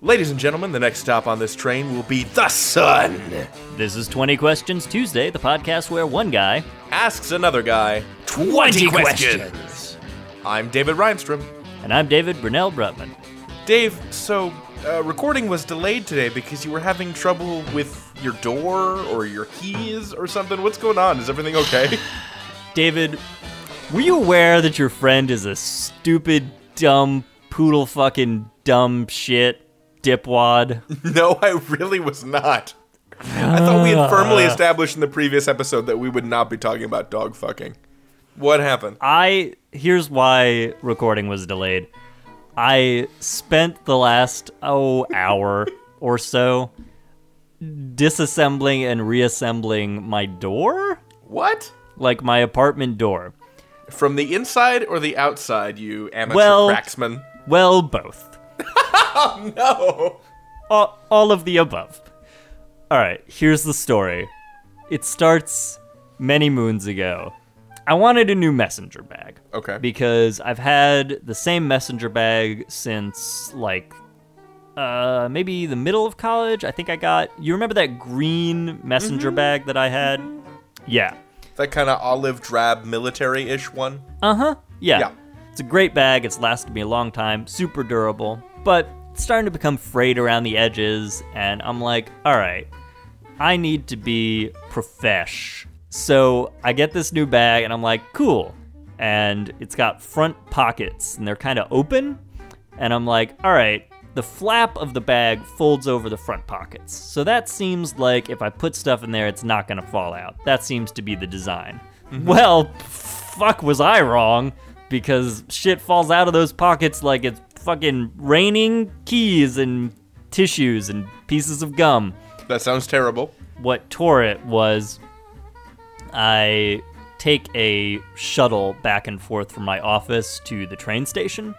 Ladies and gentlemen, the next stop on this train will be the sun. This is 20 Questions Tuesday, the podcast where one guy. Asks another guy 20 I'm David Reinstrom. And I'm David Brunel Brutman. Dave, so uh, recording was delayed today because you were having trouble with your door or your keys or something. What's going on? Is everything okay? David, were you aware that your friend is a stupid, dumb, poodle fucking dumb shit dipwad? no, I really was not. I thought we had firmly established in the previous episode that we would not be talking about dog fucking. What happened? I here's why recording was delayed. I spent the last oh hour or so disassembling and reassembling my door, What? like my apartment door. From the inside or the outside, you amateur Well- cracksman? Well, both. No. All, all of the above. All right, here's the story. It starts many moons ago. I wanted a new messenger bag. Okay. because I've had the same messenger bag since like uh maybe the middle of college. I think I got you remember that green messenger bag that I had? Yeah. that kind of olive drab military ish one? Uh-huh. Yeah. Yeah. It's a great bag. It's lasted me a long time, super durable, but it's starting to become frayed around the edges and I'm like, "All right. I need to be profesh." So, I get this new bag and I'm like, "Cool." And it's got front pockets and they're kind of open. And I'm like, all right, the flap of the bag folds over the front pockets. So that seems like if I put stuff in there, it's not going to fall out. That seems to be the design. Well, fuck, was I wrong? Because shit falls out of those pockets like it's fucking raining keys and tissues and pieces of gum That sounds terrible. what tore it was I take a shuttle back and forth from my office to the train station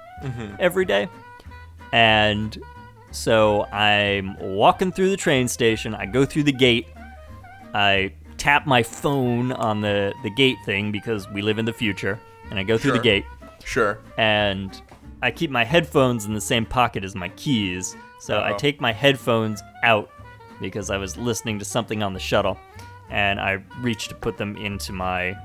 every day. And so I'm walking through the train station. I go through the gate. I tap my phone on the, the gate thing because we live in the future. And I go through Sure. the gate Sure. and I keep my headphones in the same pocket as my keys. So I Uh-oh. take my headphones out because I was listening to something on the shuttle, and I reach to put them into my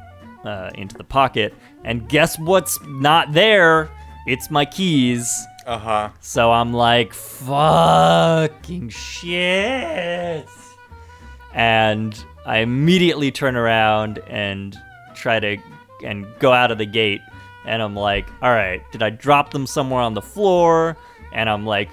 uh, into the pocket. And guess what's not there? It's my keys. Uh huh. So I'm like, fucking shit. And I immediately turn around and try to and go out of the gate. And I'm like, all right, did I drop them somewhere on the floor? And I'm like,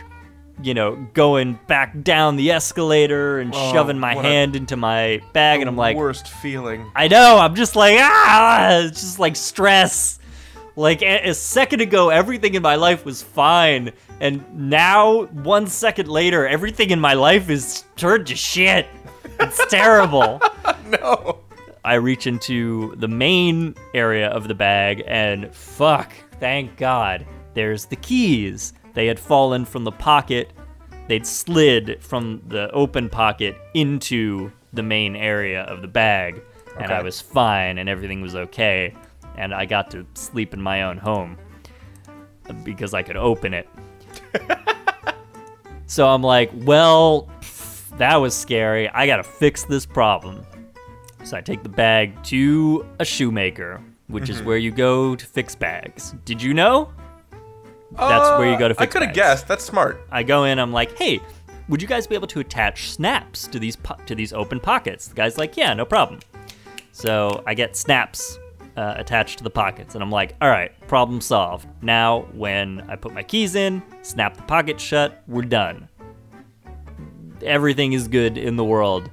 you know, going back down the escalator and Oh, shoving my what a- hand into my bag. And I'm like, worst feeling. I know. I'm just like ah, it's just like stress. Like a, a second ago, everything in my life was fine, and now one second later, everything in my life is turned to shit. It's terrible. No. I reach into the main area of the bag, and fuck, thank God, there's the keys. They had fallen from the pocket, they'd slid from the open pocket into the main area of the bag, and I Okay. was fine, and everything was okay, and I got to sleep in my own home uh, because I could open it. so I'm like, well, pff, that was scary. I gotta fix this problem. So I take the bag to a shoemaker, which is where you go to fix bags. Did you know? That's where you go to Uh, I fix could have bags. guessed. That's smart. I go in. I'm like, hey, would you guys be able to attach snaps to these po- to these open pockets? The guy's like, yeah, no problem. So I get snaps uh, attached to the pockets, and I'm like, all right, problem solved. Now when I put my keys in, snap the pocket shut, we're done. Everything is good in the world.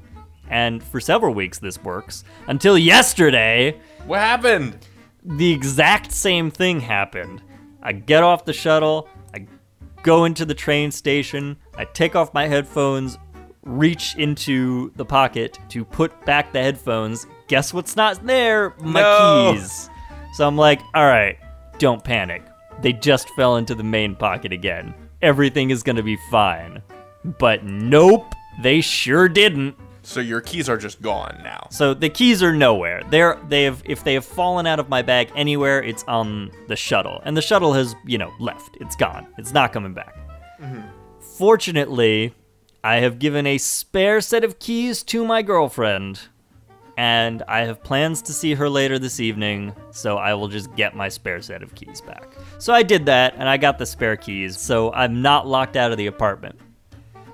And for several weeks this works until yesterday What happened? the exact same thing happened. I get off the shuttle, I go into the train station, I take off my headphones, reach into the pocket to put back the headphones. Guess what's not there? My No. keys. So I'm like, all right, don't panic. They just fell into the main pocket again. Everything is going to be fine. But nope, they sure didn't. So your keys are just gone now. So the keys are nowhere. They're they have if they have fallen out of my bag anywhere, it's on the shuttle, and the shuttle has you know left. It's gone. It's not coming back. Fortunately, I have given a spare set of keys to my girlfriend, and I have plans to see her later this evening, so I will just get my spare set of keys back. So I did that, and I got the spare keys, so I'm not locked out of the apartment.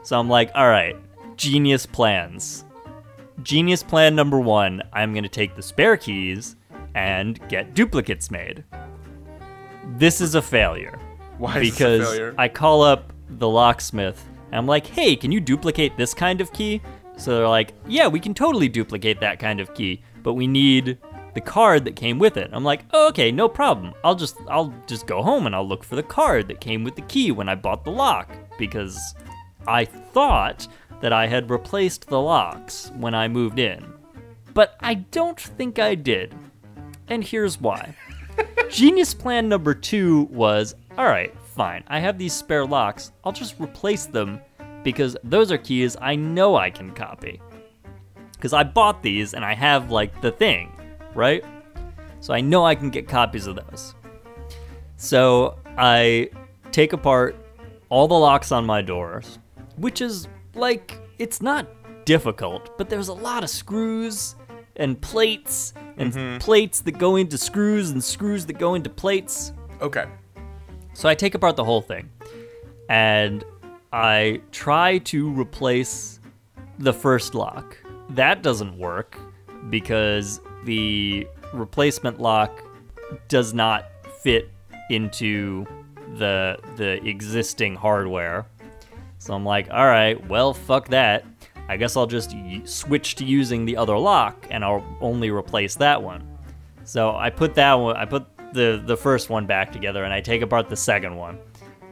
So I'm like, all right, genius plans. Genius plan number one I'm going to take the spare keys and get duplicates made. This is a failure Why is because this a failure? I call up the locksmith and I'm like, hey, can you duplicate this kind of key? So they're like, yeah, we can totally duplicate that kind of key, but we need the card that came with it. I'm like, oh, okay, no problem. I'll just I'll just go home and I'll look for the card that came with the key when I bought the lock because I thought that I had replaced the locks when I moved in. But I don't think I did. And here's why. Genius plan number two was all right, fine. I have these spare locks. I'll just replace them because those are keys I know I can copy. Because I bought these and I have, like, the thing, right? So I know I can get copies of those. So I take apart all the locks on my doors, which is, like, it's not difficult, but there's a lot of screws and plates and plates that go into screws and screws that go into plates. Okay. So I take apart the whole thing and I try to replace the first lock. That doesn't work because the replacement lock does not fit into the the existing hardware. So I'm like, all right, well, fuck that. I guess I'll just y- switch to using the other lock and I'll only replace that one. So I put that one, I put the the first one back together, and I take apart the second one,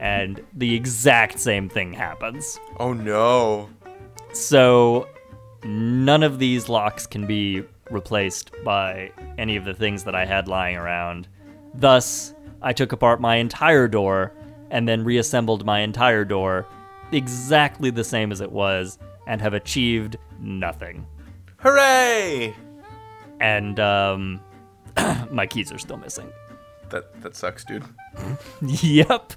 and the exact same thing happens. Oh no. So none of these locks can be replaced by any of the things that I had lying around. Thus, I took apart my entire door and then reassembled my entire door exactly the same as it was and have achieved nothing. Hooray! And um, my keys are still missing. That that sucks, dude. Yep.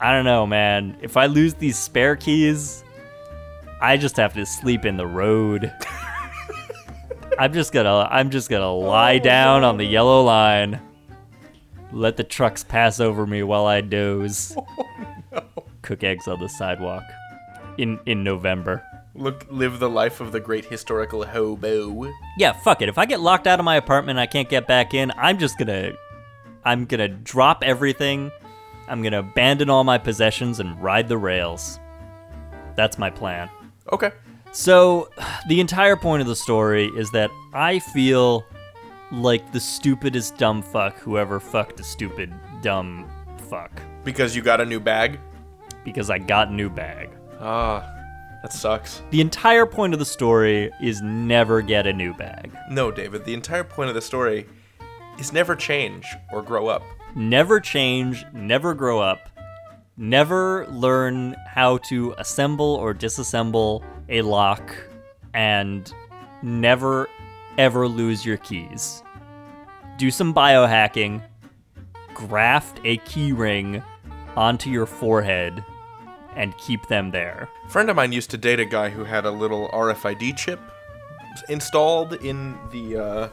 I don't know, man. If I lose these spare keys, I just have to sleep in the road. I'm just gonna I'm just gonna lie down on the yellow line. Let the trucks pass over me while I doze. Cook eggs on the sidewalk. In in November. Look, live the life of the great historical hobo. Yeah, fuck it. If I get locked out of my apartment and I can't get back in, I'm just gonna I'm gonna drop everything. I'm gonna abandon all my possessions and ride the rails. That's my plan. Okay. So, the entire point of the story is that I feel like the stupidest dumb fuck who ever fucked a stupid dumb fuck Because you got a new bag. because I got a new bag. Ah, that sucks. The entire point of the story is never get a new bag. No, David. The entire point of the story is never change or grow up. never change, never grow up, never learn how to assemble or disassemble a lock, and never ever lose your keys. Do some biohacking, graft a key ring onto your forehead, and keep them there. A friend of mine used to date a guy who had a little RFID chip installed in the uh,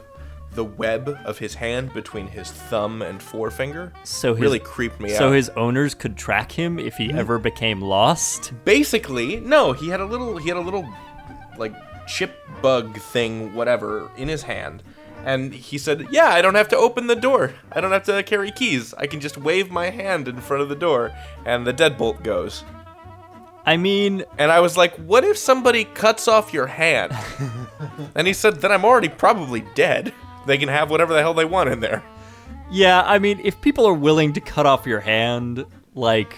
the web of his hand between his thumb and forefinger. So his, really creeped me out. So his owners could track him if he ever became lost. basically no he had a little he had a little like chip bug thing whatever in his hand and he said yeah i don't have to open the door i don't have to carry keys i can just wave my hand in front of the door and the deadbolt goes I mean, and i was like what if somebody cuts off your hand and he said then i'm already probably dead they can have whatever the hell they want in there Yeah, I mean, if people are willing to cut off your hand, like,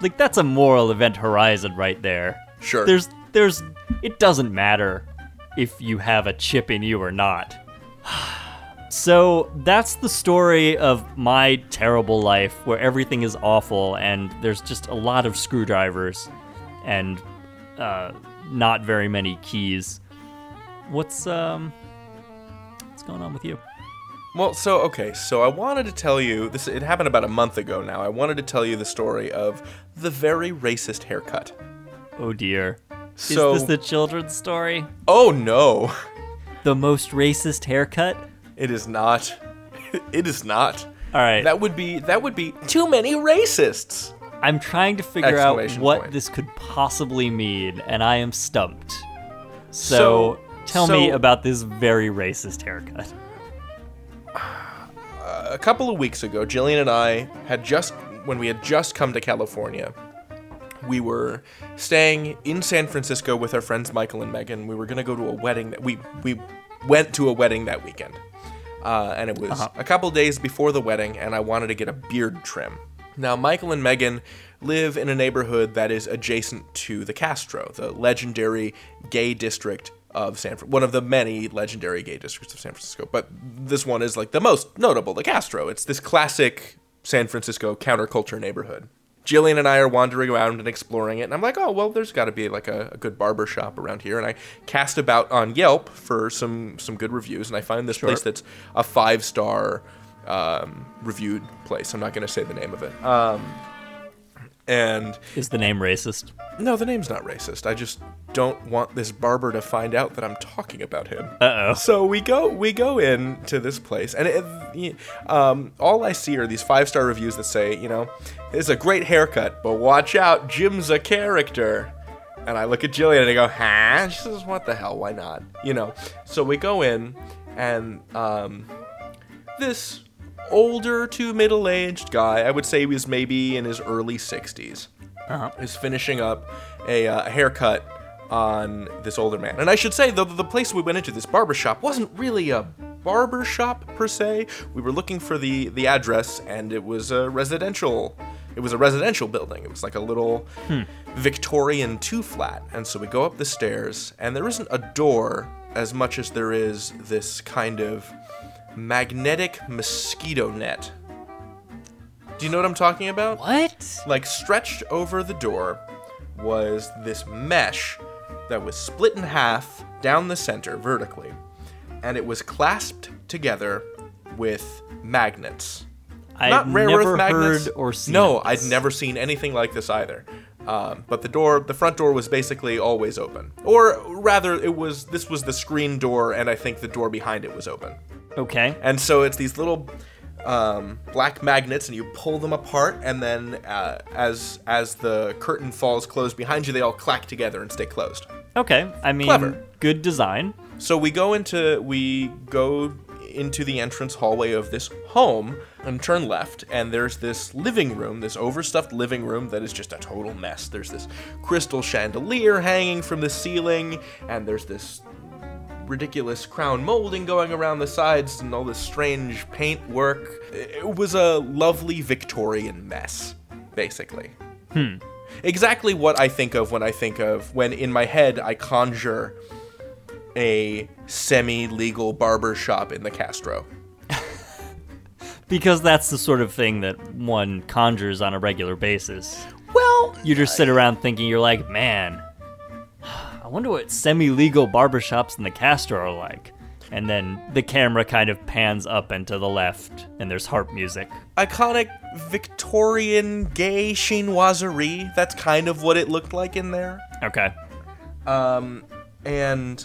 like that's a moral event horizon right there. Sure. There's, there's, it doesn't matter if you have a chip in you or not. So that's the story of my terrible life, where everything is awful and there's just a lot of screwdrivers and uh, not very many keys. What's um, what's going on with you? Well, so okay, so I wanted to tell you this. It happened about a month ago now. I wanted to tell you the story of the very racist haircut. Oh dear. So, Is this the children's story? oh no, The most racist haircut? it is not. It is not. All right. That would be that would be too many racists. I'm trying to figure out Exclamation what point. this could possibly mean, and I am stumped. So, So- tell me so- about this very racist haircut. A couple of weeks ago, Jillian and I had just when we had just come to California. We were staying in San Francisco with our friends Michael and Megan. We were gonna go to a wedding that we we went to a wedding that weekend, uh, and it was a couple days before the wedding. And I wanted to get a beard trim. Now Michael and Megan live in a neighborhood that is adjacent to the Castro, the legendary gay district of San Fran, one of the many legendary gay districts of San Francisco. But this one is like the most notable, the Castro. It's this classic San Francisco counterculture neighborhood. Jillian and I are wandering around and exploring it, and I'm like, oh well, there's got to be like a, a good barber shop around here, and I cast about on Yelp for some some good reviews, and I find this place that's a five star um, reviewed place. I'm not going to say the name of it. Um, and Is the name racist? no, the name's not racist. I just don't want this barber to find out that I'm talking about him. Uh oh. So we go we go in to this place, and it, y- um, all I see are these five star reviews that say, you know, it's a great haircut, but watch out, Jim's a character. And I look at Jillian and I go, huh? She says, what the hell? Why not? You know. So we go in, and um, this older to middle aged guy, I would say, he was maybe in his early 60s Uh-huh. is finishing up a uh, haircut on this older man. And I should say, though, the place we went into, this barber shop, wasn't really a barber shop per se. We were looking for the the address, and it was a residential. It was a residential building. It was like a little Victorian two flat. And so we go up the stairs, and there isn't a door as much as there is this kind of magnetic mosquito net. Do you know what I'm talking about? What? like stretched over the door was this mesh that was split in half down the center vertically and it was clasped together with magnets I've not rare never earth magnets heard or seen. no of i'd this. never seen anything like this either um, but the door the front door was basically always open or rather it was this was the screen door and i think the door behind it was open Okay. and so it's these little um, black magnets, and you pull them apart, and then uh, as as the curtain falls closed behind you, they all clack together and stay closed. Okay. I mean, Clever. good design. So we go into we go into the entrance hallway of this home and turn left and there's this living room, this overstuffed living room that is just a total mess. There's this crystal chandelier hanging from the ceiling and there's this ridiculous crown molding going around the sides and all this strange paint work. It was a lovely Victorian mess, basically exactly what I think of when I think of when in my head I conjure a semi-legal barber shop in the Castro. Because that's the sort of thing that one conjures on a regular basis. Well, You just sit around thinking, you're like, man, I wonder what semi legal barbershops in the Castro are like. And then the camera kind of pans up and to the left, and there's harp music. iconic Victorian gay chinoiserie. That's kind of what it looked like in there. Okay. and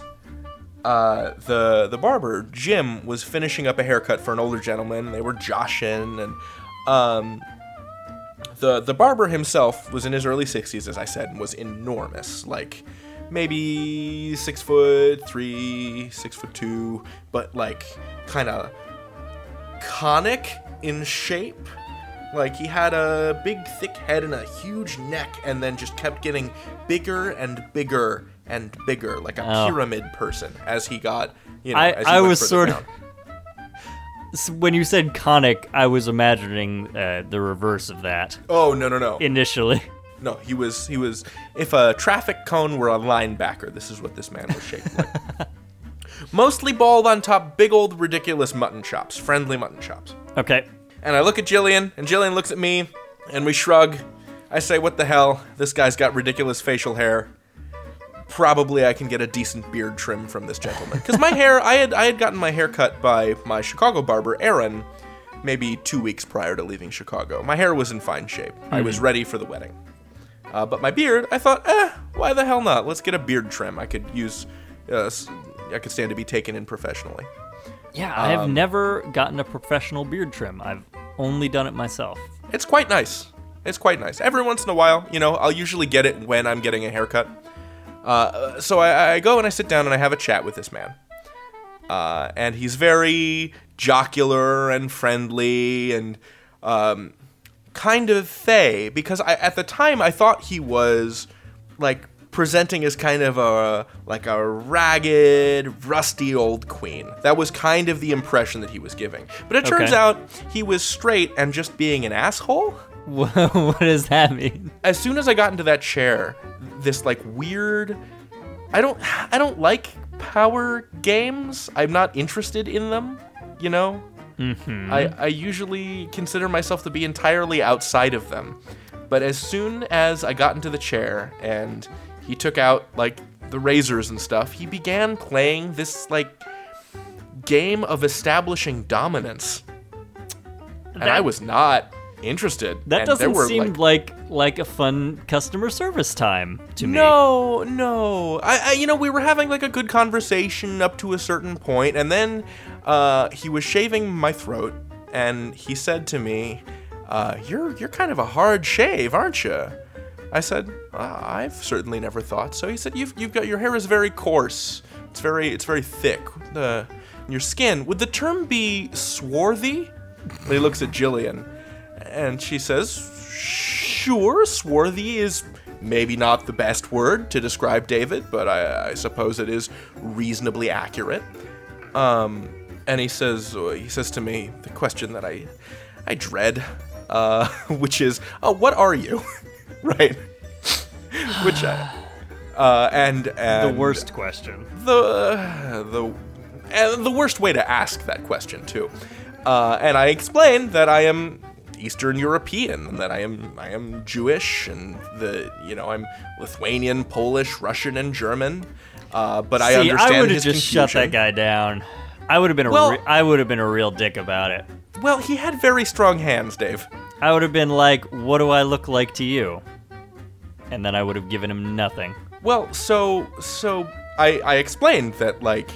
uh, the the barber Jim was finishing up a haircut for an older gentleman. and They were joshing, and um, the the barber himself was in his early sixties, as I said, and was enormous, like maybe six foot three, six foot two, but like kind of conic in shape. Like he had a big thick head and a huge neck and then just kept getting bigger and bigger and bigger like a Oh. pyramid person as he got you know I- as he I went was further sort of- down. S when you said conic, I was imagining uh, the reverse of that Oh no no no. initially. no, he was he was if a traffic cone were a linebacker, this is what this man was shaped like. Mostly bald on top, big old ridiculous mutton chops, friendly mutton chops. Okay. And I look at Jillian, and Jillian looks at me, and we shrug. I say, What the hell? This guy's got ridiculous facial hair. probably I can get a decent beard trim from this gentleman. Because my hair, I had I had gotten my hair cut by my Chicago barber, Aaron, maybe two weeks prior to leaving Chicago. My hair was in fine shape. I was ready for the wedding. Uh, but my beard, I thought, eh, why the hell not? Let's get a beard trim. I could use, uh, s- I could stand to be taken in professionally. Yeah, I um, have never gotten a professional beard trim. I've only done it myself. It's quite nice. It's quite nice. Every once in a while, you know, I'll usually get it when I'm getting a haircut. Uh, so I, I go and I sit down and I have a chat with this man. Uh, and he's very jocular and friendly and um, kind of fey because I, at the time I thought he was like presenting as kind of a like a ragged, rusty old queen. That was kind of the impression that he was giving. But it turns Okay. out he was straight and just being an asshole Wha- what does that mean? as soon as I got into that chair, this like weird I don't I don't like power games. I'm not interested in them, you know? Mm-hmm. I, I usually consider myself to be entirely outside of them. But as soon as I got into the chair and he took out like the razors and stuff, he began playing this like game of establishing dominance. And I was not interested. That and there doesn't were, seem like, like, like a fun customer service time to me. No, no. I, I, you know, we were having like a good conversation up to a certain point, and then uh, he was shaving my throat, and he said to me, uh, "You're you're kind of a hard shave, aren't you?" I said, uh, "I've certainly never thought so." He said, "You've you've got your hair is very coarse. It's very it's very thick. The your skin would the term be swarthy?" And he looks at Jillian. And she says, Sure, swarthy is maybe not the best word to describe David, but I, I suppose it is reasonably accurate. Um, and he says, uh, he says to me the question that I, I dread, uh, which is, oh, what are you, right? which, I, uh, and, The and worst question. the the and the worst way to ask that question too. Uh, and I explained that I am Eastern European and that I am I am Jewish and the you know I'm Lithuanian, Polish, Russian, and German. Uh, but I See, understand I would his have just shut confusion. that guy down. I would have been a Well- re- I would have been a real dick about it. Well, he had very strong hands, Dave. I would have been like, "What do I look like to you?" And then I would have given him nothing. Well, so so I I explained that like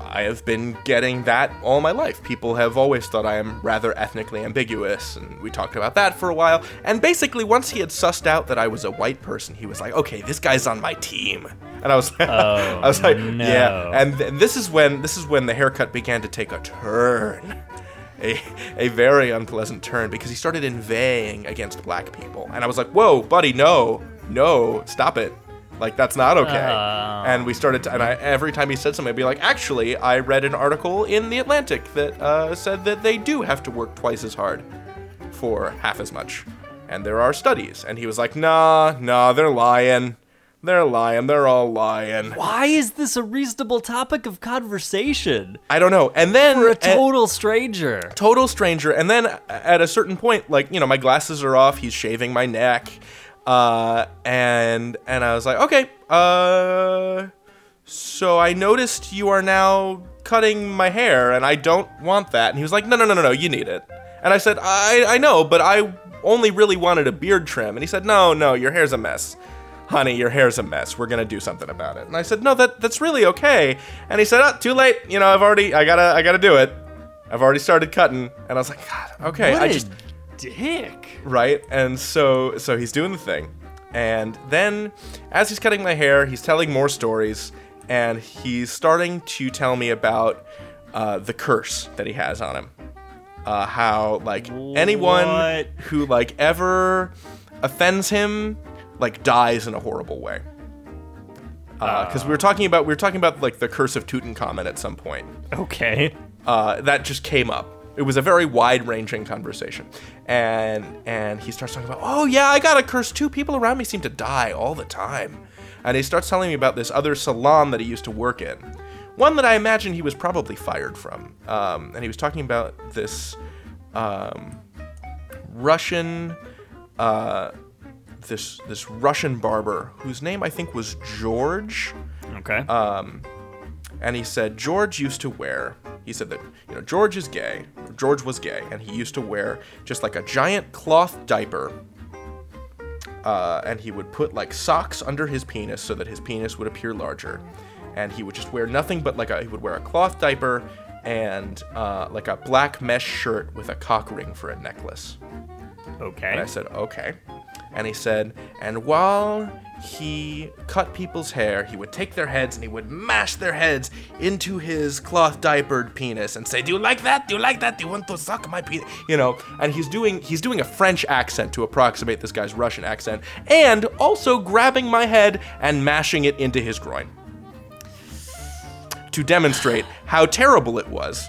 I have been getting that all my life. People have always thought I am rather ethnically ambiguous, and we talked about that for a while. And basically, once he had sussed out that I was a white person, he was like, "Okay, this guy's on my team," and I was, I was like, no. "Yeah." And th- this is when this is when the haircut began to take a turn a, a very unpleasant turn because he started inveighing against black people. And I was like, whoa, buddy, no, no, stop it. Like, that's not okay. Oh. And we started to, and I, every time he said something, I'd be like, actually, I read an article in The Atlantic that uh, said that they do have to work twice as hard for half as much. And there are studies. And he was like, nah, nah, they're lying. They're lying. They're all lying. Why is this a reasonable topic of conversation Eh, I don't know. And then for a and- total stranger? total stranger and then at a certain point like you know my glasses are off he's shaving my neck uh, and and i was like okay uh so i noticed you are now cutting my hair and i don't want that and he was like no no no no no you need it and i said i i know but i only really wanted a beard trim and he said no no your hair's a mess honey your hair's a mess we're gonna do something about it and i said no that that's really okay and he said oh, too late you know i've already i gotta i gotta do it I've already started cutting, and I was like, God, okay, what I a just dick. right. And so, so he's doing the thing, and then as he's cutting my hair, he's telling more stories, and he's starting to tell me about uh, the curse that he has on him, uh, how like anyone What? who like ever offends him, like dies in a horrible way. Because we were talking about we were talking about like the curse of Tutankhamun at some point Okay. uh, that just came up. It was a very wide-ranging conversation, and and he starts talking about, oh yeah, I got a curse too. People around me seem to die all the time, and he starts telling me about this other salon that he used to work in, one that I imagine he was probably fired from. Um, and he was talking about this um, Russian this this Russian barber whose name I think was George, Okay. and he said George used to wear. He said that you know George is gay. George was gay, and he used to wear just like a giant cloth diaper. Uh, and he would put like socks under his penis so that his penis would appear larger, and he would just wear nothing but like a he would wear a cloth diaper and uh, like a black mesh shirt with a cock ring for a necklace. And okay. I said, okay. And he said, and while he cut people's hair, he would take their heads and he would mash their heads into his cloth diapered penis and say, Do you like that? Do you like that? Do you want to suck my penis? You know, and he's doing he's doing a French accent to approximate this guy's Russian accent, and also grabbing my head and mashing it into his groin. To demonstrate how terrible it was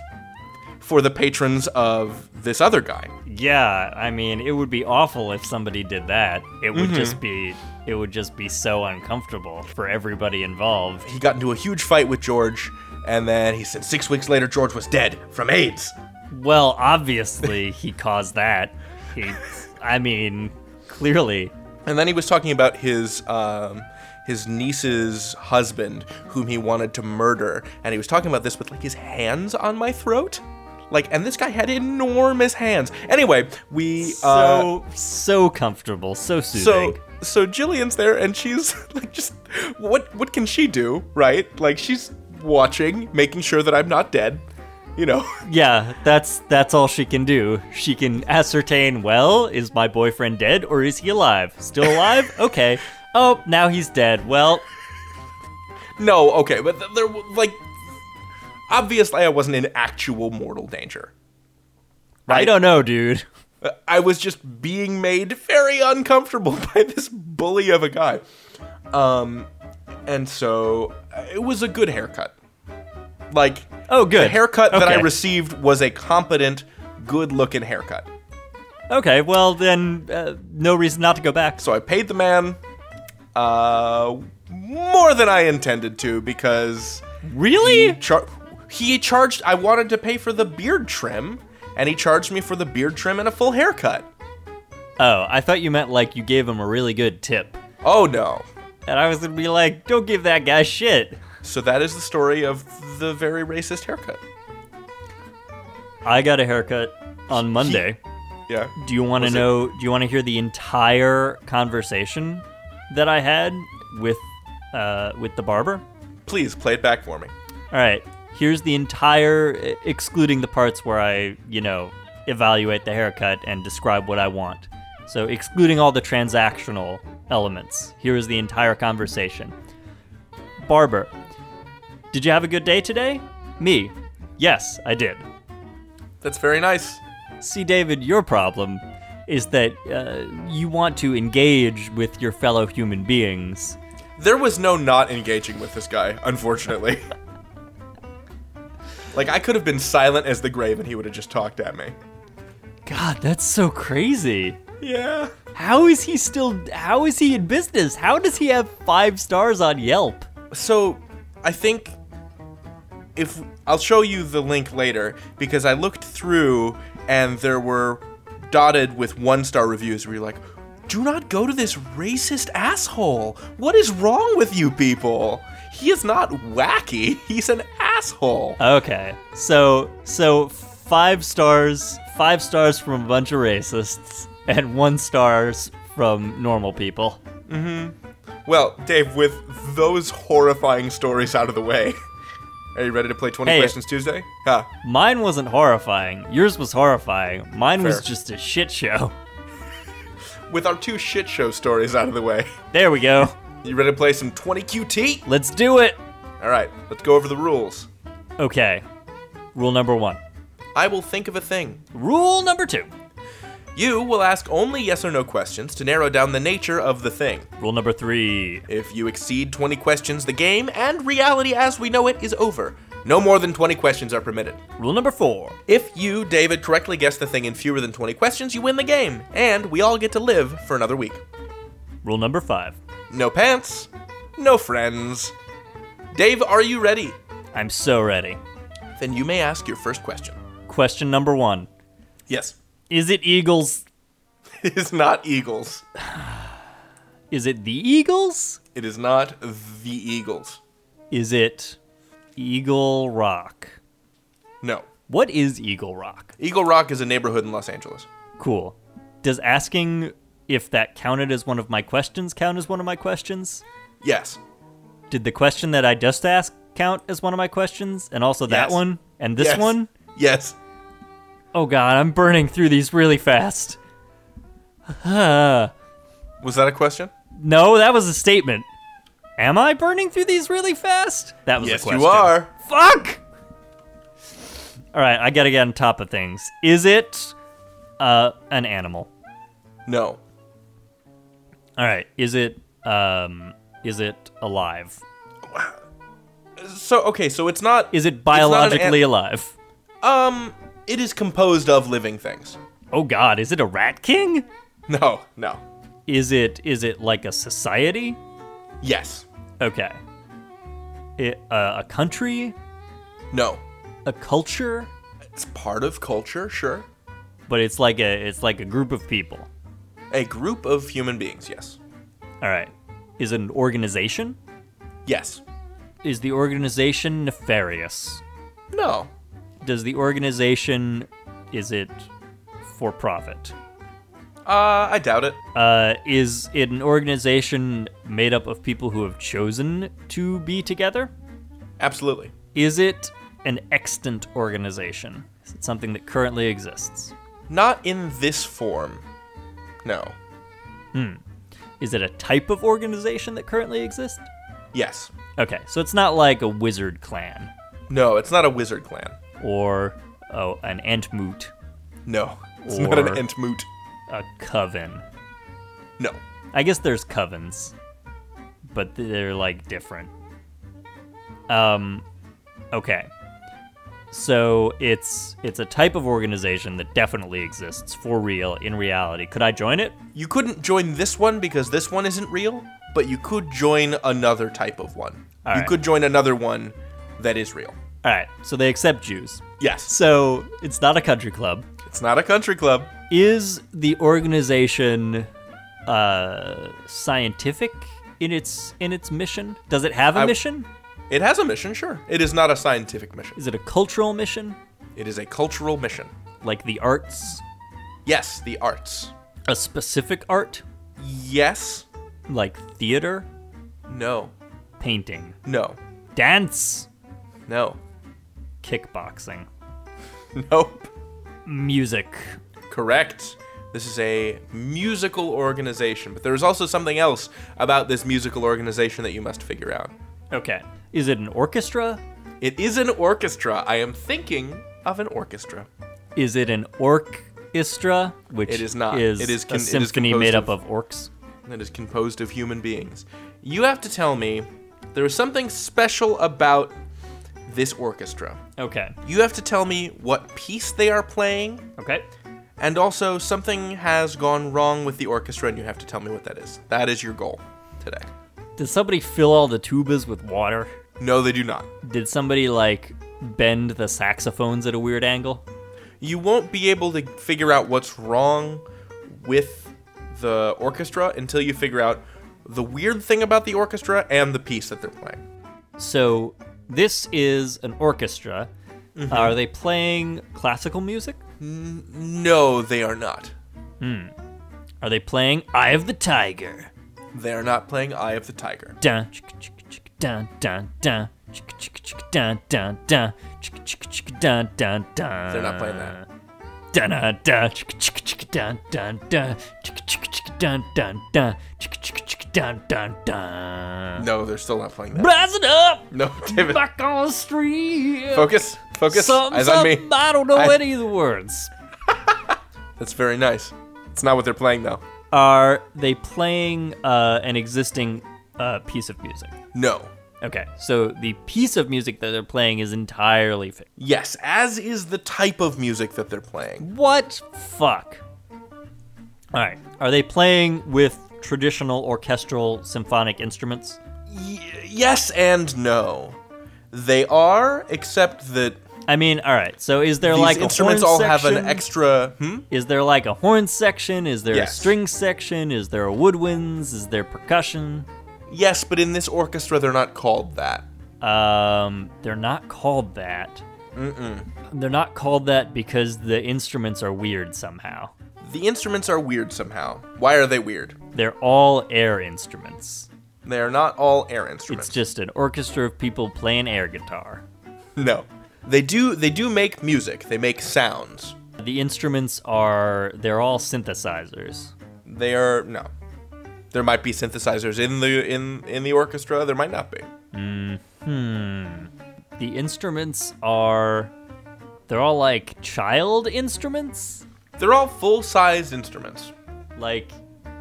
for the patrons of this other guy. Yeah, I mean, it would be awful if somebody did that. It would just be it would just be so uncomfortable for everybody involved. he got into a huge fight with George, and then he said six weeks later George was dead from AIDS. Well, obviously he caused that. He I mean, clearly. And then he was talking about his um, his niece's husband, whom he wanted to murder, and he was talking about this with like his hands on my throat, like. And this guy had enormous hands. Anyway, we uh, So so comfortable, so so soothing. so Jillian's there and she's like just what what can she do right like she's watching making sure that I'm not dead you know yeah, that's that's all she can do. She can ascertain, well, is my boyfriend dead or is he alive? Still alive? Okay. Oh, now he's dead. Well, No, okay, but th- there w- like obviously I wasn't in actual mortal danger. I don't know, dude. Uh, I was just being made very uncomfortable by this bully of a guy. Um and so uh, it was a good haircut. Like Oh, good. the haircut that I Okay. received was a competent, good-looking haircut. Okay, well then, uh, no reason not to go back. So I paid the man uh more than I intended to because he, Really? char- he charged i wanted to pay for the beard trim and he charged me for the beard trim and a full haircut Oh, I thought you meant like you gave him a really good tip, oh no and I was gonna be like, don't give that guy shit. so that is the story of the very racist haircut I got a haircut on Monday. yeah Do you want to Was it- know? Do you want to hear the entire conversation that I had with uh, with the barber? please play it back for me All right. Here's the entire, e- excluding the parts where I, you know, evaluate the haircut and describe what I want. So, excluding all the transactional elements, here is the entire conversation. Barber, did you have a good day today? Me, yes, I did. that's very nice See, David, your problem is that uh, you want to engage with your fellow human beings. there was no not engaging with this guy unfortunately like i could have been silent as the grave and he would have just talked at me God, that's so crazy. yeah How is he still? How is he in business? How does he have five stars on Yelp? So, I think if I'll show you the link later because I looked through and there were dotted with one star reviews where you're like, "Do not go to this racist asshole. What is wrong with you people? He is not wacky. He's an asshole." Okay, so so five stars, five stars from a bunch of racists, and one stars from normal people. Well, Dave, with those horrifying stories out of the way, are you ready to play 20 Hey. Questions Tuesday? Huh. Mine wasn't horrifying. Yours was horrifying. Mine was Fair. just a shit show. With our two shit show stories out of the way, There we go. you ready to play some 20 QT? Let's do it. All right, let's go over the rules. Okay. Rule number one. I will think of a thing. Rule number two. You will ask only yes or no questions to narrow down the nature of the thing. Rule number three. If you exceed 20 questions, the game and reality as we know it is over. No more than 20 questions are permitted. Rule number four. If you, David, correctly guess the thing in fewer than 20 questions, you win the game, and we all get to live for another week. Rule number five. No pants, no friends. Dave, are you ready? I'm so ready. Then you may ask your first question. Question number one Yes. Is it Eagles? It is not Eagles. Is it the Eagles? It is not the Eagles. Is it Eagle Rock? No. What is Eagle Rock? Eagle Rock is a neighborhood in Los Angeles. Cool. Does asking if that counted as one of my questions count as one of my questions? Yes. Did the question that I just asked count as one of my questions? And also that Yes. one? And this Yes. one? Yes. Oh god, I'm burning through these really fast. Huh. Was that a question? no, that was a statement. Am I burning through these really fast? That was yes, a question. you are. Fuck! All right, I gotta get on top of things. Is it uh, an animal? No. All right, is it um, is it alive? So okay, so it's not Is it an biologically alive? um it is composed of living things. Oh God, is it a rat king? No, no. Is it is it like a society? Yes. Okay, it, uh, a country, No. a culture, It's part of culture, sure. but it's like a it's like a group of people. A group of human beings, yes. All right, is it an organization? Yes. Is the organization nefarious? No. Does the organization is it for profit? Uh I doubt it. Uh, is it an organization made up of people who have chosen to be together? Absolutely. Is it an extant organization? Is it something that currently exists? Not in this form. No. Is it a type of organization that currently exists? Yes. Okay, so it's not like a wizard clan No, it's not a wizard clan. or oh, an Entmoot, No. It's not an Or- Entmoot. a coven. No. I guess there's covens, but they're like different. Um, okay. So it's it's a type of organization that definitely exists for real in reality. Could I join it? You couldn't join this one because this one isn't real, but you could join another type of one. All you right. could join another one that is real. All right. So they accept Jews. Yes. So it's not a country club. It's not a country club. Is the organization uh, scientific in its in its mission? Does it have a I- mission? It has a mission, sure. It is not a scientific mission. Is it a cultural mission, It is a cultural mission. like the arts, Yes, the arts. a specific art? Yes. like theater, No. painting, No. dance, No. kickboxing, Nope. music. Correct. This is a musical organization, but there is also something else about this musical organization that you must figure out. Okay. Is it an orchestra? It is an orchestra. I am thinking of an orchestra. Is it an orchestra? Which It is not. Is It is con- a it is symphony composed made of- up of orcs. that is composed of human beings. You have to tell me there is something special about this orchestra. Okay. You have to tell me what piece they are playing, Okay. and also something has gone wrong with the orchestra, and you have to tell me what that is. That is your goal today. Did somebody fill all the tubas with water? No, they do not. Did somebody like bend the saxophones at a weird angle? You won't be able to figure out what's wrong with the orchestra until you figure out the weird thing about the orchestra and the piece that they're playing. So this is an orchestra. Are they playing classical music? No, they are not. Are they playing Eye of the Tiger? They are not playing Eye of the Tiger. dun chicka chicka chicka dun dun dun chicka chicka chicka dun dun dun chicka chicka chicka dun dun dun. They're not playing that. Uh. Dun dun dun chicka chicka chicka dun dun dun chicka chicka chicka dun dun dun chicka chicka chicka dun dun dun. No, they're still not playing that. Rising up, No, David. back on the street. Focus. Focus. Eyes Something's on up. me. I don't know I- any of the words. That's very nice. It's not what they're playing though. Are they playing uh, an existing uh, piece of music? No. Okay, so the piece of music that they're playing is entirely fake. Yes, as is the type of music that they're playing. What fuck? All right. Are they playing with traditional orchestral symphonic instruments? Y- yes and no. They are, except that I mean, all right. So is there These like instruments a horn all have an section? extra. Hmm? Is there like a horn section? Is there a Yes. string section? Is there a woodwinds? Is there percussion? Yes, but in this orchestra, they're not called that. Um, they're not called that. Mm-mm. They're not called that because the instruments are weird somehow. The instruments are weird somehow. Why are they weird? They're all air instruments. They are not all air It's instruments. just an orchestra of people playing air guitar. no, they do. They do make music. They make sounds. The instruments are they're all synthesizers. They are no. There might be synthesizers in the in in the orchestra. There might not be. The instruments are they're all like child instruments? They're all full-sized instruments. Like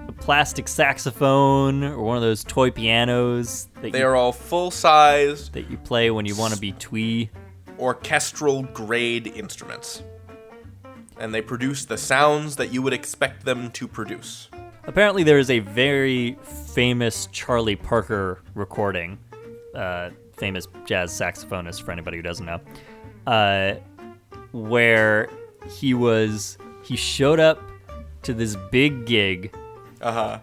a plastic saxophone or one of those toy pianos that They you, are all full-sized that you play when you want to be twee. orchestral grade instruments. And they produce the sounds that you would expect them to produce. Apparently, there is a very famous Charlie Parker recording, uh, famous jazz saxophonist for anybody who doesn't know, uh, where he was he showed up to this big gig, Uh-huh.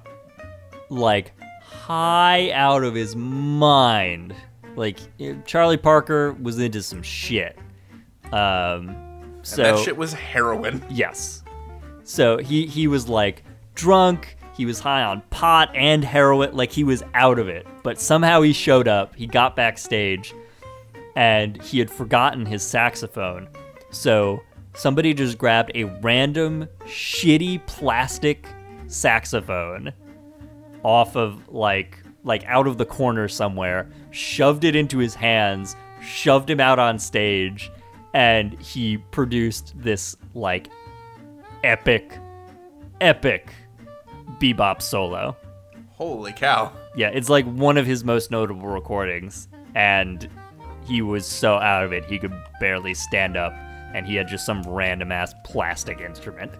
like high out of his mind. Like eh, Charlie Parker was into some shit. Um, so that shit was heroin. Yes. So he he was like drunk. He was high on pot and heroin. Like he was out of it. But somehow he showed up. He got backstage, and he had forgotten his saxophone. So somebody just grabbed a random shitty plastic saxophone off of like like out of the corner somewhere, shoved it into his hands, shoved him out on stage, and he produced this like epic epic bebop solo. Holy cow. Yeah, it's like one of his most notable recordings and he was so out of it he could barely stand up and he had just some random ass plastic instrument.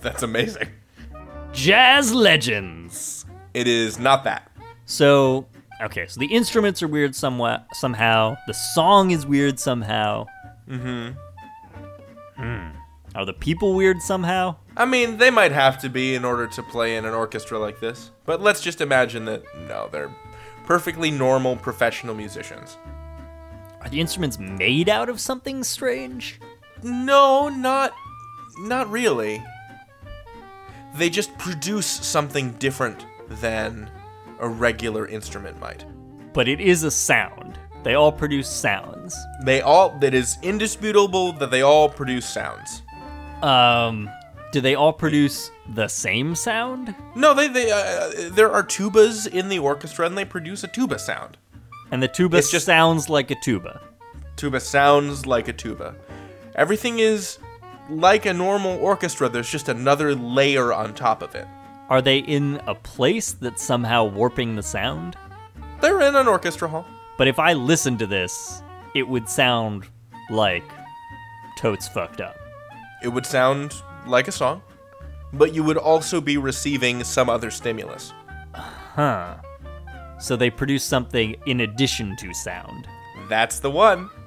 That's amazing. Jazz legends. It is not that. So, okay, so the instruments are weird somewhat, somehow. The song is weird somehow. Mm hmm. Are the people weird somehow? I mean, they might have to be in order to play in an orchestra like this. But let's just imagine that no, they're perfectly normal professional musicians. Are the instruments made out of something strange? No, not not really. They just produce something different than a regular instrument might. But it is a sound. They all produce sounds. They all that is indisputable that they all produce sounds. Um, do they all produce the same sound? No, they they uh, there are tubas in the orchestra and they produce a tuba sound. And the tuba It's just- sounds like a tuba. Tuba sounds like a tuba. Everything is like a normal orchestra. There's just another layer on top of it. Are they in a place that's somehow warping the sound? They're in an orchestra hall. But if I listened to this, it would sound like Totes fucked up. It would sound like a song, but you would also be receiving some other stimulus. Huh. So they produce something in addition to sound. That's the one.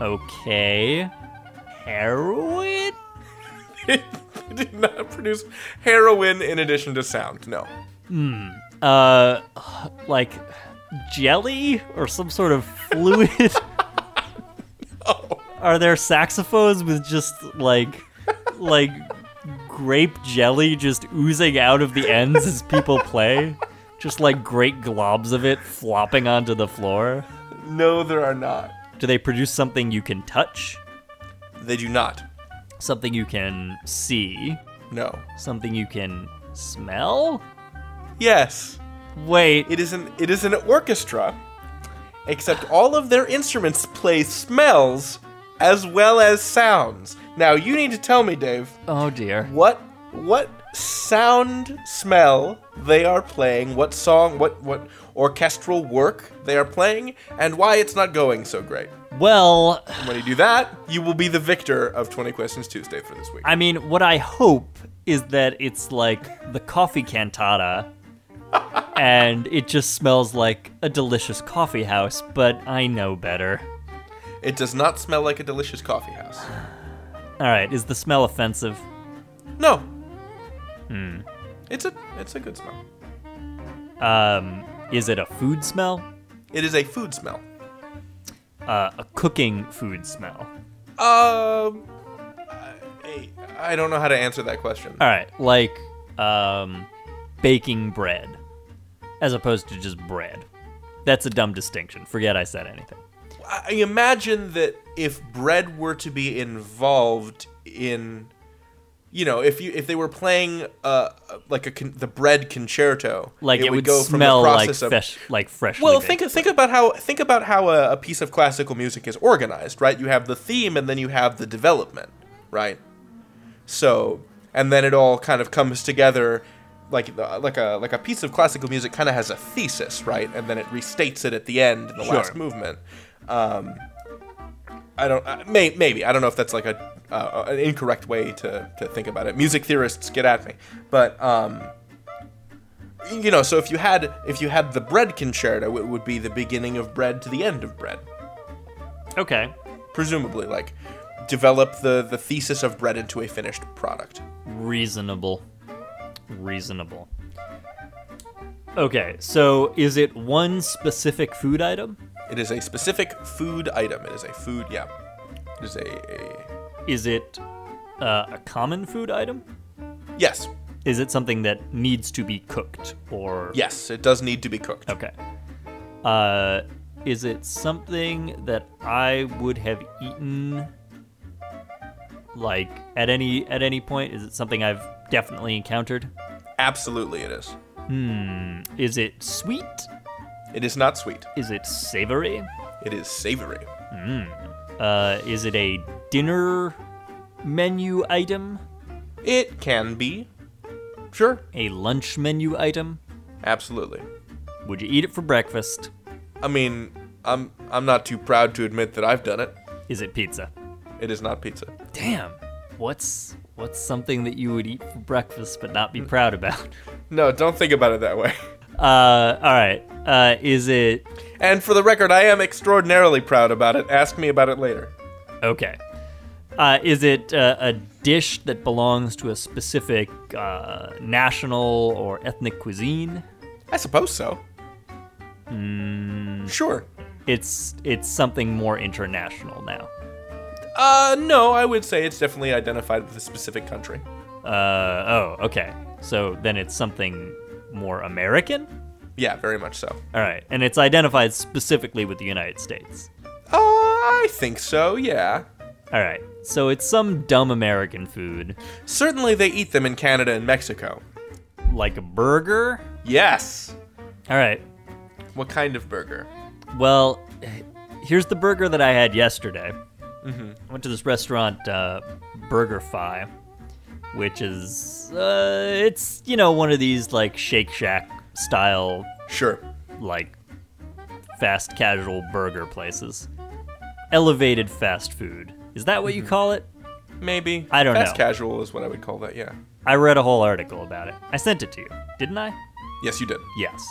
Okay. Heroin? they did not produce heroin in addition to sound. No. Uh, like jelly or some sort of fluid? Are there saxophones with just like, like grape jelly just oozing out of the ends as people play? Just like great globs of it flopping onto the floor? No, there are not. Do they produce something you can touch? They do not. Something you can see? No. Something you can smell? Yes. Wait, It is an it is an orchestra. Except all of their instruments play smells as well as sounds. Now you need to tell me, Dave, oh dear. what what sound smell they are playing, what song, what what orchestral work they are playing, and why it's not going so great. Well, When you do that, you will be the victor of 20 Questions Tuesday for this week. I mean, what I hope is that it's like the coffee cantata and it just smells like a delicious coffee house, but I know better. It does not smell like a delicious coffee house. All right, is the smell offensive? No. Hmm. It's a it's a good smell. Um, is it a food smell? It is a food smell. Uh, a cooking food smell. Um, I, I don't know how to answer that question. All right, like um, baking bread, as opposed to just bread. That's a dumb distinction. Forget I said anything. I I imagine that if bread were to be involved in, you know, if you if they were playing uh like a con- the bread concerto, Like it, would, go smell from the like process of fresh, like freshly. Well, baked. think think about how think about how a, a piece of classical music is organized, right? You have the theme, and then you have the development, right? So, and then it all kind of comes together, like the- like a like a piece of classical music kind of has a thesis, right? And then it restates it at the end, in the Sure. last movement. Um, I don't I, may, maybe I don't know if that's like a uh, an incorrect way to to think about it. Music theorists get at me, but um, you know, so if you had if you had the bread concerto, it would be the beginning of bread to the end of bread, Okay, presumably. Like develop the the thesis of bread into a finished product. reasonable, reasonable. Okay, so is it one specific food item? It is a specific food item. It is a food. Yeah, it is a, a Is it uh, a common food item? yes, Is it something that needs to be cooked or yes. It does need to be cooked. Okay. Uh, is it something that I would have eaten, like at any at any point? Is it something I've definitely encountered? Absolutely, it is. Is it sweet? It is not sweet. Is it savory? It is savory. Uh, is it a dinner menu item? It can be. Sure. A lunch menu item? Absolutely. Would you eat it for breakfast? I mean, I'm I'm not too proud to admit that I've done it. Is it pizza? It is not pizza. Damn. What's what's something that you would eat for breakfast but not be proud about? No, don't think about it that way. Uh, all right. Uh, is it And for the record, I am extraordinarily proud about it. Ask me about it later. okay? Uh, is it uh, a dish that belongs to a specific uh, national or ethnic cuisine? I suppose so. Sure. It's it's something more international now. Uh, no, I would say it's definitely identified with a specific country. Uh, oh, okay. So then it's something more American. Yeah, very much so. All right, and it's identified specifically with the United States. Uh, I think so, yeah. All right, so it's some dumb American food, Certainly they eat them in Canada and Mexico. like a burger. Yes! All right, What kind of burger? Well, here's the burger that I had yesterday. I went to this restaurant, uh, BurgerFi, which is uh, it's you know one of these like Shake Shack style Sure. like fast casual burger places. Elevated fast food is that what you call it? Maybe. I don't Fast know. casual is what I would call that, yeah. I read a whole article about it. I sent it to you, didn't I? Yes, you did. Yes.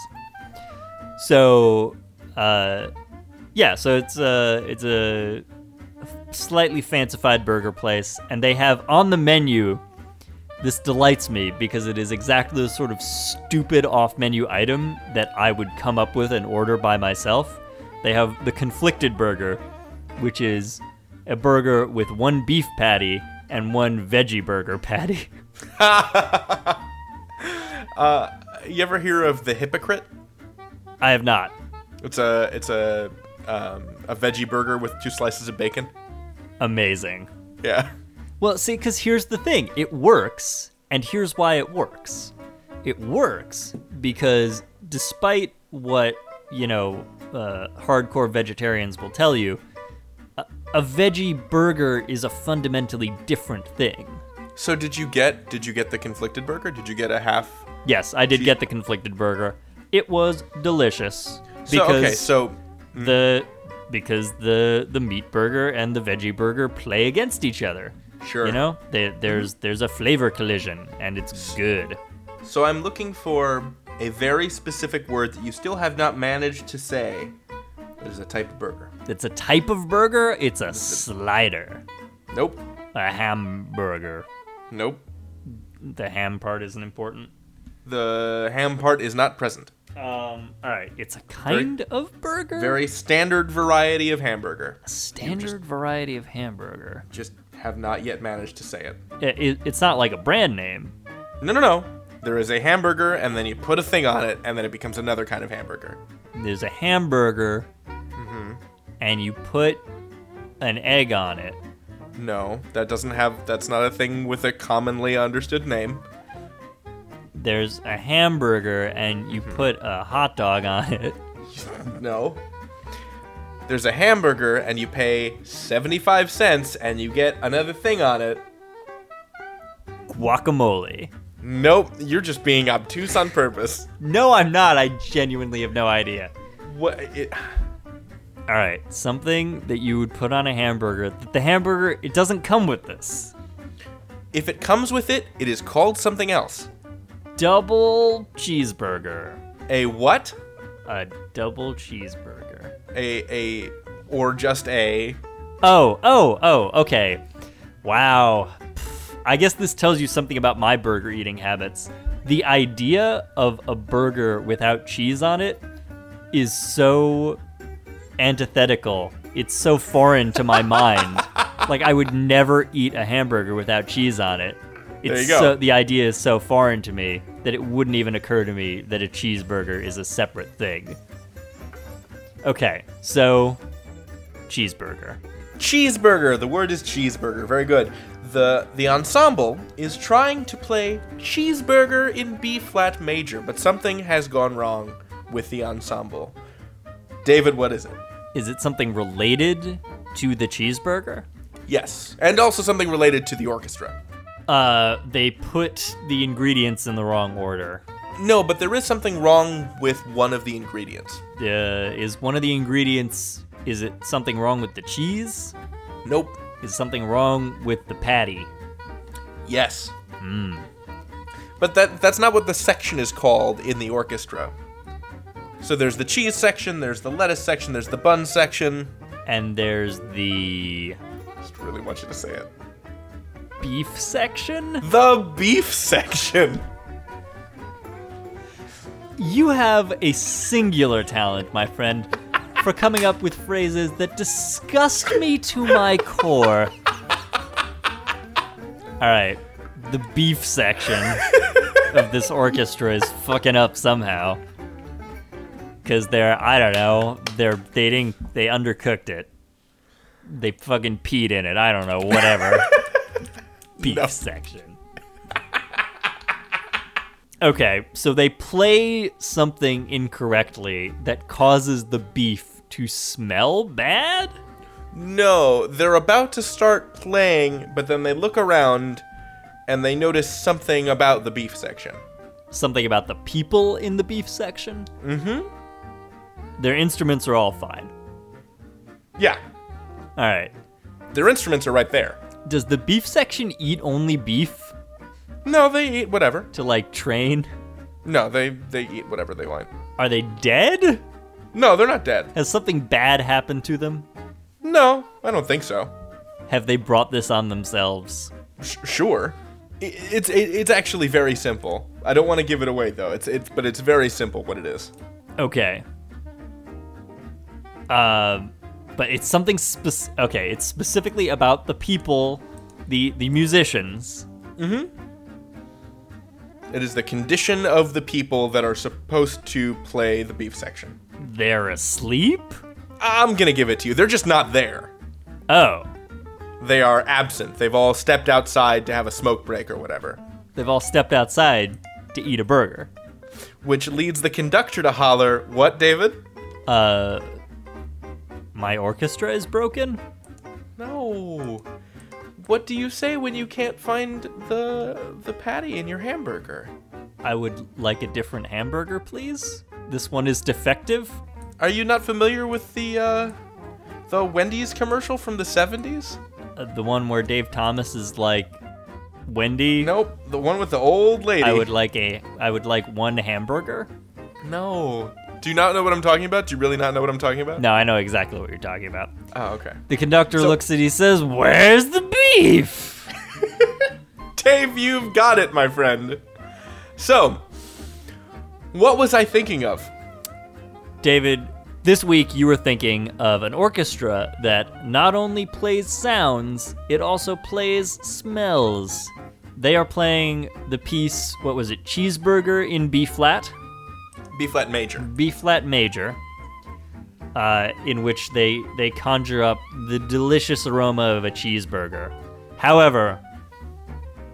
So, uh, yeah, so it's a it's a slightly fancified burger place, and they have on the menu. This delights me because it is exactly the sort of stupid off-menu item that I would come up with and order by myself. They have the conflicted burger, which is a burger with one beef patty and one veggie burger patty. You ever hear of the hypocrite? I have not. It's a it's a um, a veggie burger with two slices of bacon. Amazing. Yeah. Well, see, because here's the thing it works, and here's why it works. It works because despite what, you know, uh, hardcore vegetarians will tell you, a, a veggie burger is a fundamentally different thing. So did you get did you get the conflicted burger? Did you get a half? Yes, I did get the conflicted burger. It was delicious. So okay, so the because the the meat burger and the veggie burger play against each other. Sure. You know, they, there's there's a flavor collision and it's good. so I'm looking for a very specific word that you still have not managed to say. It is a type of burger. It's a type of burger. It's a slider, Nope. a hamburger. Nope. The ham part isn't important. The ham part is not present. Um, all right, it's a kind of burger. Very standard variety of hamburger. standard variety of hamburger. Just have not yet managed to say it. It, it, it's not like a brand name. No, no, no. There is a hamburger, and then you put a thing on it, and then it becomes another kind of hamburger. There's a hamburger, and you put an egg on it. No, that doesn't have. That's not a thing with a commonly understood name. There's a hamburger, and you put a hot dog on it. No. There's a hamburger, and you pay 75 cents, and you get another thing on it. Guacamole. Nope, you're just being obtuse on purpose. No, I'm not. I genuinely have no idea. What? It, All right, something that you would put on a hamburger. That the hamburger it doesn't come with this. if it comes with it, it is called something else. Double cheeseburger. A what? A double cheeseburger. A a or just a Oh, oh, oh, okay. Wow. Pff, I guess this tells you something about my burger eating habits. The idea of a burger without cheese on it is so antithetical. It's so foreign to my mind. Like I would never eat a hamburger without cheese on it. It's There you go. So, the idea is so foreign to me that it wouldn't even occur to me that a cheeseburger is a separate thing. Okay, so cheeseburger. cheeseburger. The word is cheeseburger. Very good. The the ensemble is trying to play cheeseburger in B flat major, but something has gone wrong with the ensemble. David, what is it? Is it something related to the cheeseburger? Yes, and also something related to the orchestra. Uh, they put the ingredients in the wrong order. No, but there is something wrong with one of the ingredients. Uh, is one of the ingredients? Is it something wrong with the cheese? Nope. Is something wrong with the patty? Yes. Hmm. But that that's not what the section is called in the orchestra. So there's the cheese section, there's the lettuce section, there's the bun section. And there's the Just really want you to say it. beef section. The beef section. You have a singular talent, my friend, for coming up with phrases that disgust me to my core. All right, the beef section of this orchestra is fucking up somehow. Cause they're I don't know they're they didn't they undercooked it. They fucking peed in it. I don't know whatever. beef section. Okay, so they play something incorrectly that causes the beef to smell bad? No, they're about to start playing, but then they look around and they notice something about the beef section. Something about the people in the beef section? Mm hmm. Their instruments are all fine. Yeah, All right. their instruments are right there. Does the beef section eat only beef No, they eat whatever. to like train? No, they they eat whatever they want. Are they dead? No, they're not dead. Has something bad happened to them? No, I don't think so. Have they brought this on themselves? Sh- sure. I- It's it, it's actually very simple. I don't want to give it away though. It's it's but it's very simple what it is. Okay. Um, but it's something spec. Okay, it's specifically about the people, the the musicians. It is the condition of the people that are supposed to play the beef section. They're asleep. I'm gonna give it to you. They're just not there. Oh, They are absent. They've all stepped outside to have a smoke break or whatever. they've all stepped outside to eat a burger. Which leads the conductor to holler, "What, David?" Uh, my orchestra is broken. No. What do you say when you can't find the the patty in your hamburger? I would like a different hamburger, please. This one is defective. Are you not familiar with the uh, the Wendy's commercial from the 70s? Uh, the one where Dave Thomas is like, Wendy, Nope, the one with the old lady. I would like a, I would like one hamburger. No. Do you not know what I'm talking about? Do you really not know what I'm talking about? No, I know exactly what you're talking about. Oh, okay. The conductor So- looks at he says, "Where's the beef?" Dave, you've got it, my friend. So, what was I thinking of? David, this week you were thinking of an orchestra that not only plays sounds, it also plays smells. They are playing the piece, what was it, Cheeseburger in B flat? B flat major. B flat major, uh, in which they they conjure up the delicious aroma of a cheeseburger. However,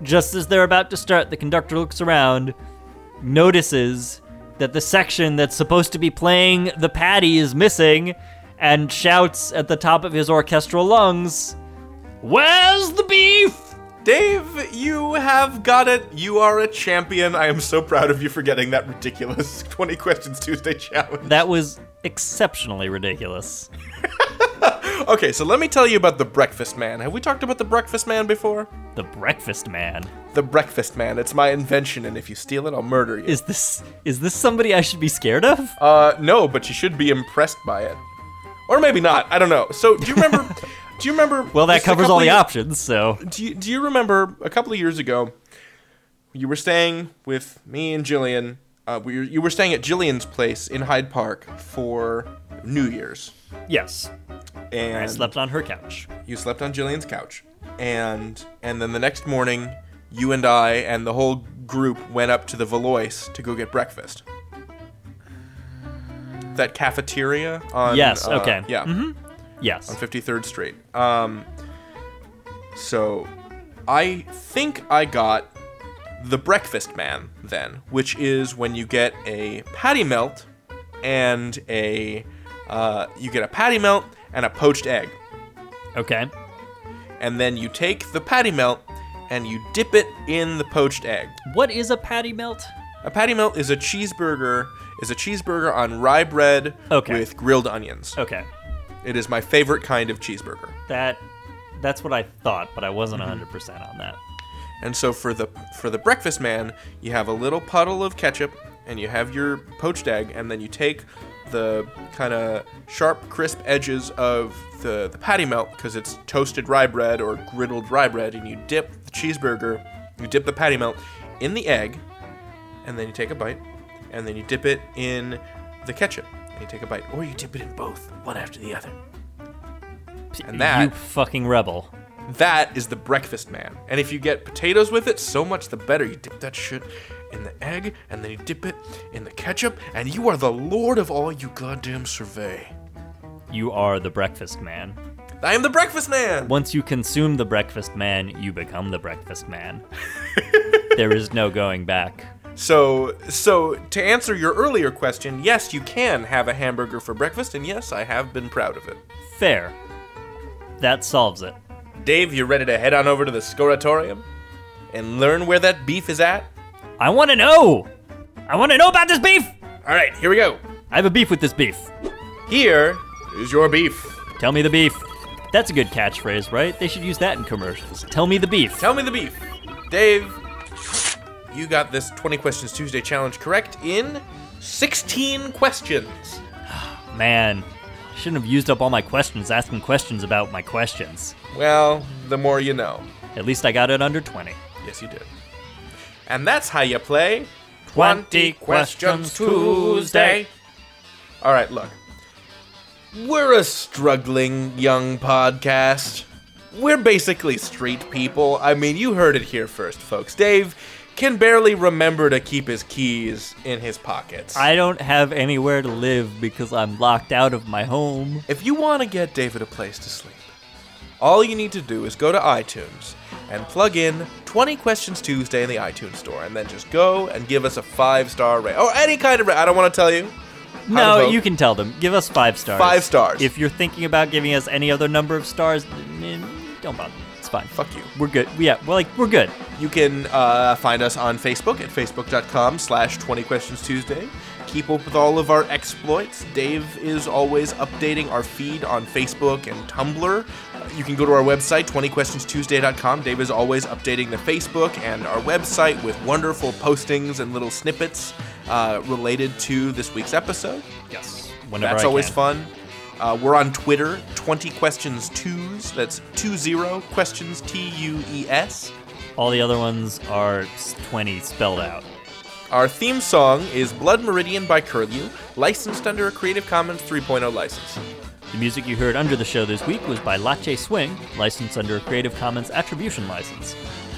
just as they're about to start, the conductor looks around, notices that the section that's supposed to be playing the patty is missing, and shouts at the top of his orchestral lungs, "Where's the beef?" Dave, you have got it. You are a champion. I am so proud of you for getting that ridiculous 20 Questions Tuesday challenge. That was exceptionally ridiculous. Okay, so let me tell you about The Breakfast Man. Have we talked about The Breakfast Man before? The breakfast man. The Breakfast Man. It's my invention, and if you steal it, I'll murder you. Is this is this somebody I should be scared of? Uh, no, but you should be impressed by it, or maybe not. I don't know. So, do you remember? do you remember? Well, that just a covers couple all the year- options, so Do you, do you remember a couple of years ago? You were staying with me and Jillian. Uh, we were, you were staying at Jillian's place in Hyde Park for New Year's, yes, and I slept on her couch. you slept on Jillian's couch, and and then the next morning, you and I and the whole group went up to the Valois to go get breakfast. That cafeteria on Yes, uh, okay. Mm-hmm. yeah Yes, 53rd Street. Um, so I think I got the breakfast man then, which is when you get a patty melt and a uh, you get a patty melt and a poached egg okay, and then you take the patty melt and you dip it in the poached egg. what is a patty melt? A patty melt is a cheeseburger is a cheeseburger on rye bread Okay. with grilled onions. Okay, It is my favorite kind of cheeseburger. that that's what I thought, but I wasn't 100 percent on that. And so for the for the breakfast man, you have a little puddle of ketchup and you have your poached egg and then you take the kind of sharp crisp edges of the, the patty melt because it's toasted rye bread or griddled rye bread and you dip the cheeseburger, you dip the patty melt in the egg and then you take a bite and then you dip it in the ketchup and you take a bite or you dip it in both one after the other. And you that- fucking rebel. That is the breakfast man. And if you get potatoes with it, so much the better. You dip that shit in the egg, and then you dip it in the ketchup, and you are the lord of all you goddamn survey. You are the breakfast man. I am the breakfast man! Once you consume the breakfast man, you become the breakfast man. there is no going back. So, so to answer your earlier question, yes, you can have a hamburger for breakfast, and yes, I have been proud of it. Fair. That solves it. Dave, you ready to head on over to the scoratorium and learn where that beef is at? I want to know. I want to know about this beef. All right, here we go. I have a beef with this beef. Here is your beef. Tell me the beef. That's a good catchphrase, right? They should use that in commercials. Tell me the beef. Tell me the beef. Dave, you got this 20 Questions Tuesday challenge correct in 16 questions. Man, shouldn't have used up all my questions asking questions about my questions. Well, the more you know. At least I got it under 20. Yes, you did. And that's how you play 20 Questions Tuesday. All right, look. We're a struggling young podcast. We're basically street people. I mean, you heard it here first, folks. Dave can barely remember to keep his keys in his pockets. I don't have anywhere to live because I'm locked out of my home. If you want to get David a place to sleep, all you need to do is go to iTunes and plug in 20 Questions Tuesday in the iTunes store, and then just go and give us a five star rate or any kind of rate. I don't want to tell you. how to No, vote. you can tell them. Give us five stars. Five stars. If you're thinking about giving us any other number of stars, eh, don't bother. It's fine. Fuck you. We're good. Yeah, we're like we're good. You can uh, find us on Facebook at facebook.com slash 20 Questions Tuesday. Keep up with all of our exploits. Dave is always updating our feed on Facebook and Tumblr. Uh, You can go to our website, 20questionstuesday.com. Dave is always updating the Facebook and our website with wonderful postings and little snippets uh, related to this week's episode. Yes. Whenever That's I always can. fun. Uh, we're on Twitter, 20 questions twos. That's 20 questions T U E S. All the other ones are s- 20 spelled out. Our theme song is Blood Meridian by Curlew, licensed under a Creative Commons 3.0 license. The music you heard under the show this week was by Lache Swing, licensed under a Creative Commons Attribution License.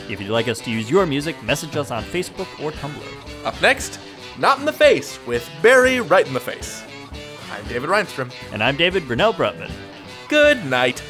If you'd like us to use your music, message us on Facebook or Tumblr. Up next, Not in the Face with Barry Right in the Face. I'm David Reinstrom. And I'm David Brunel Brutman. Good night.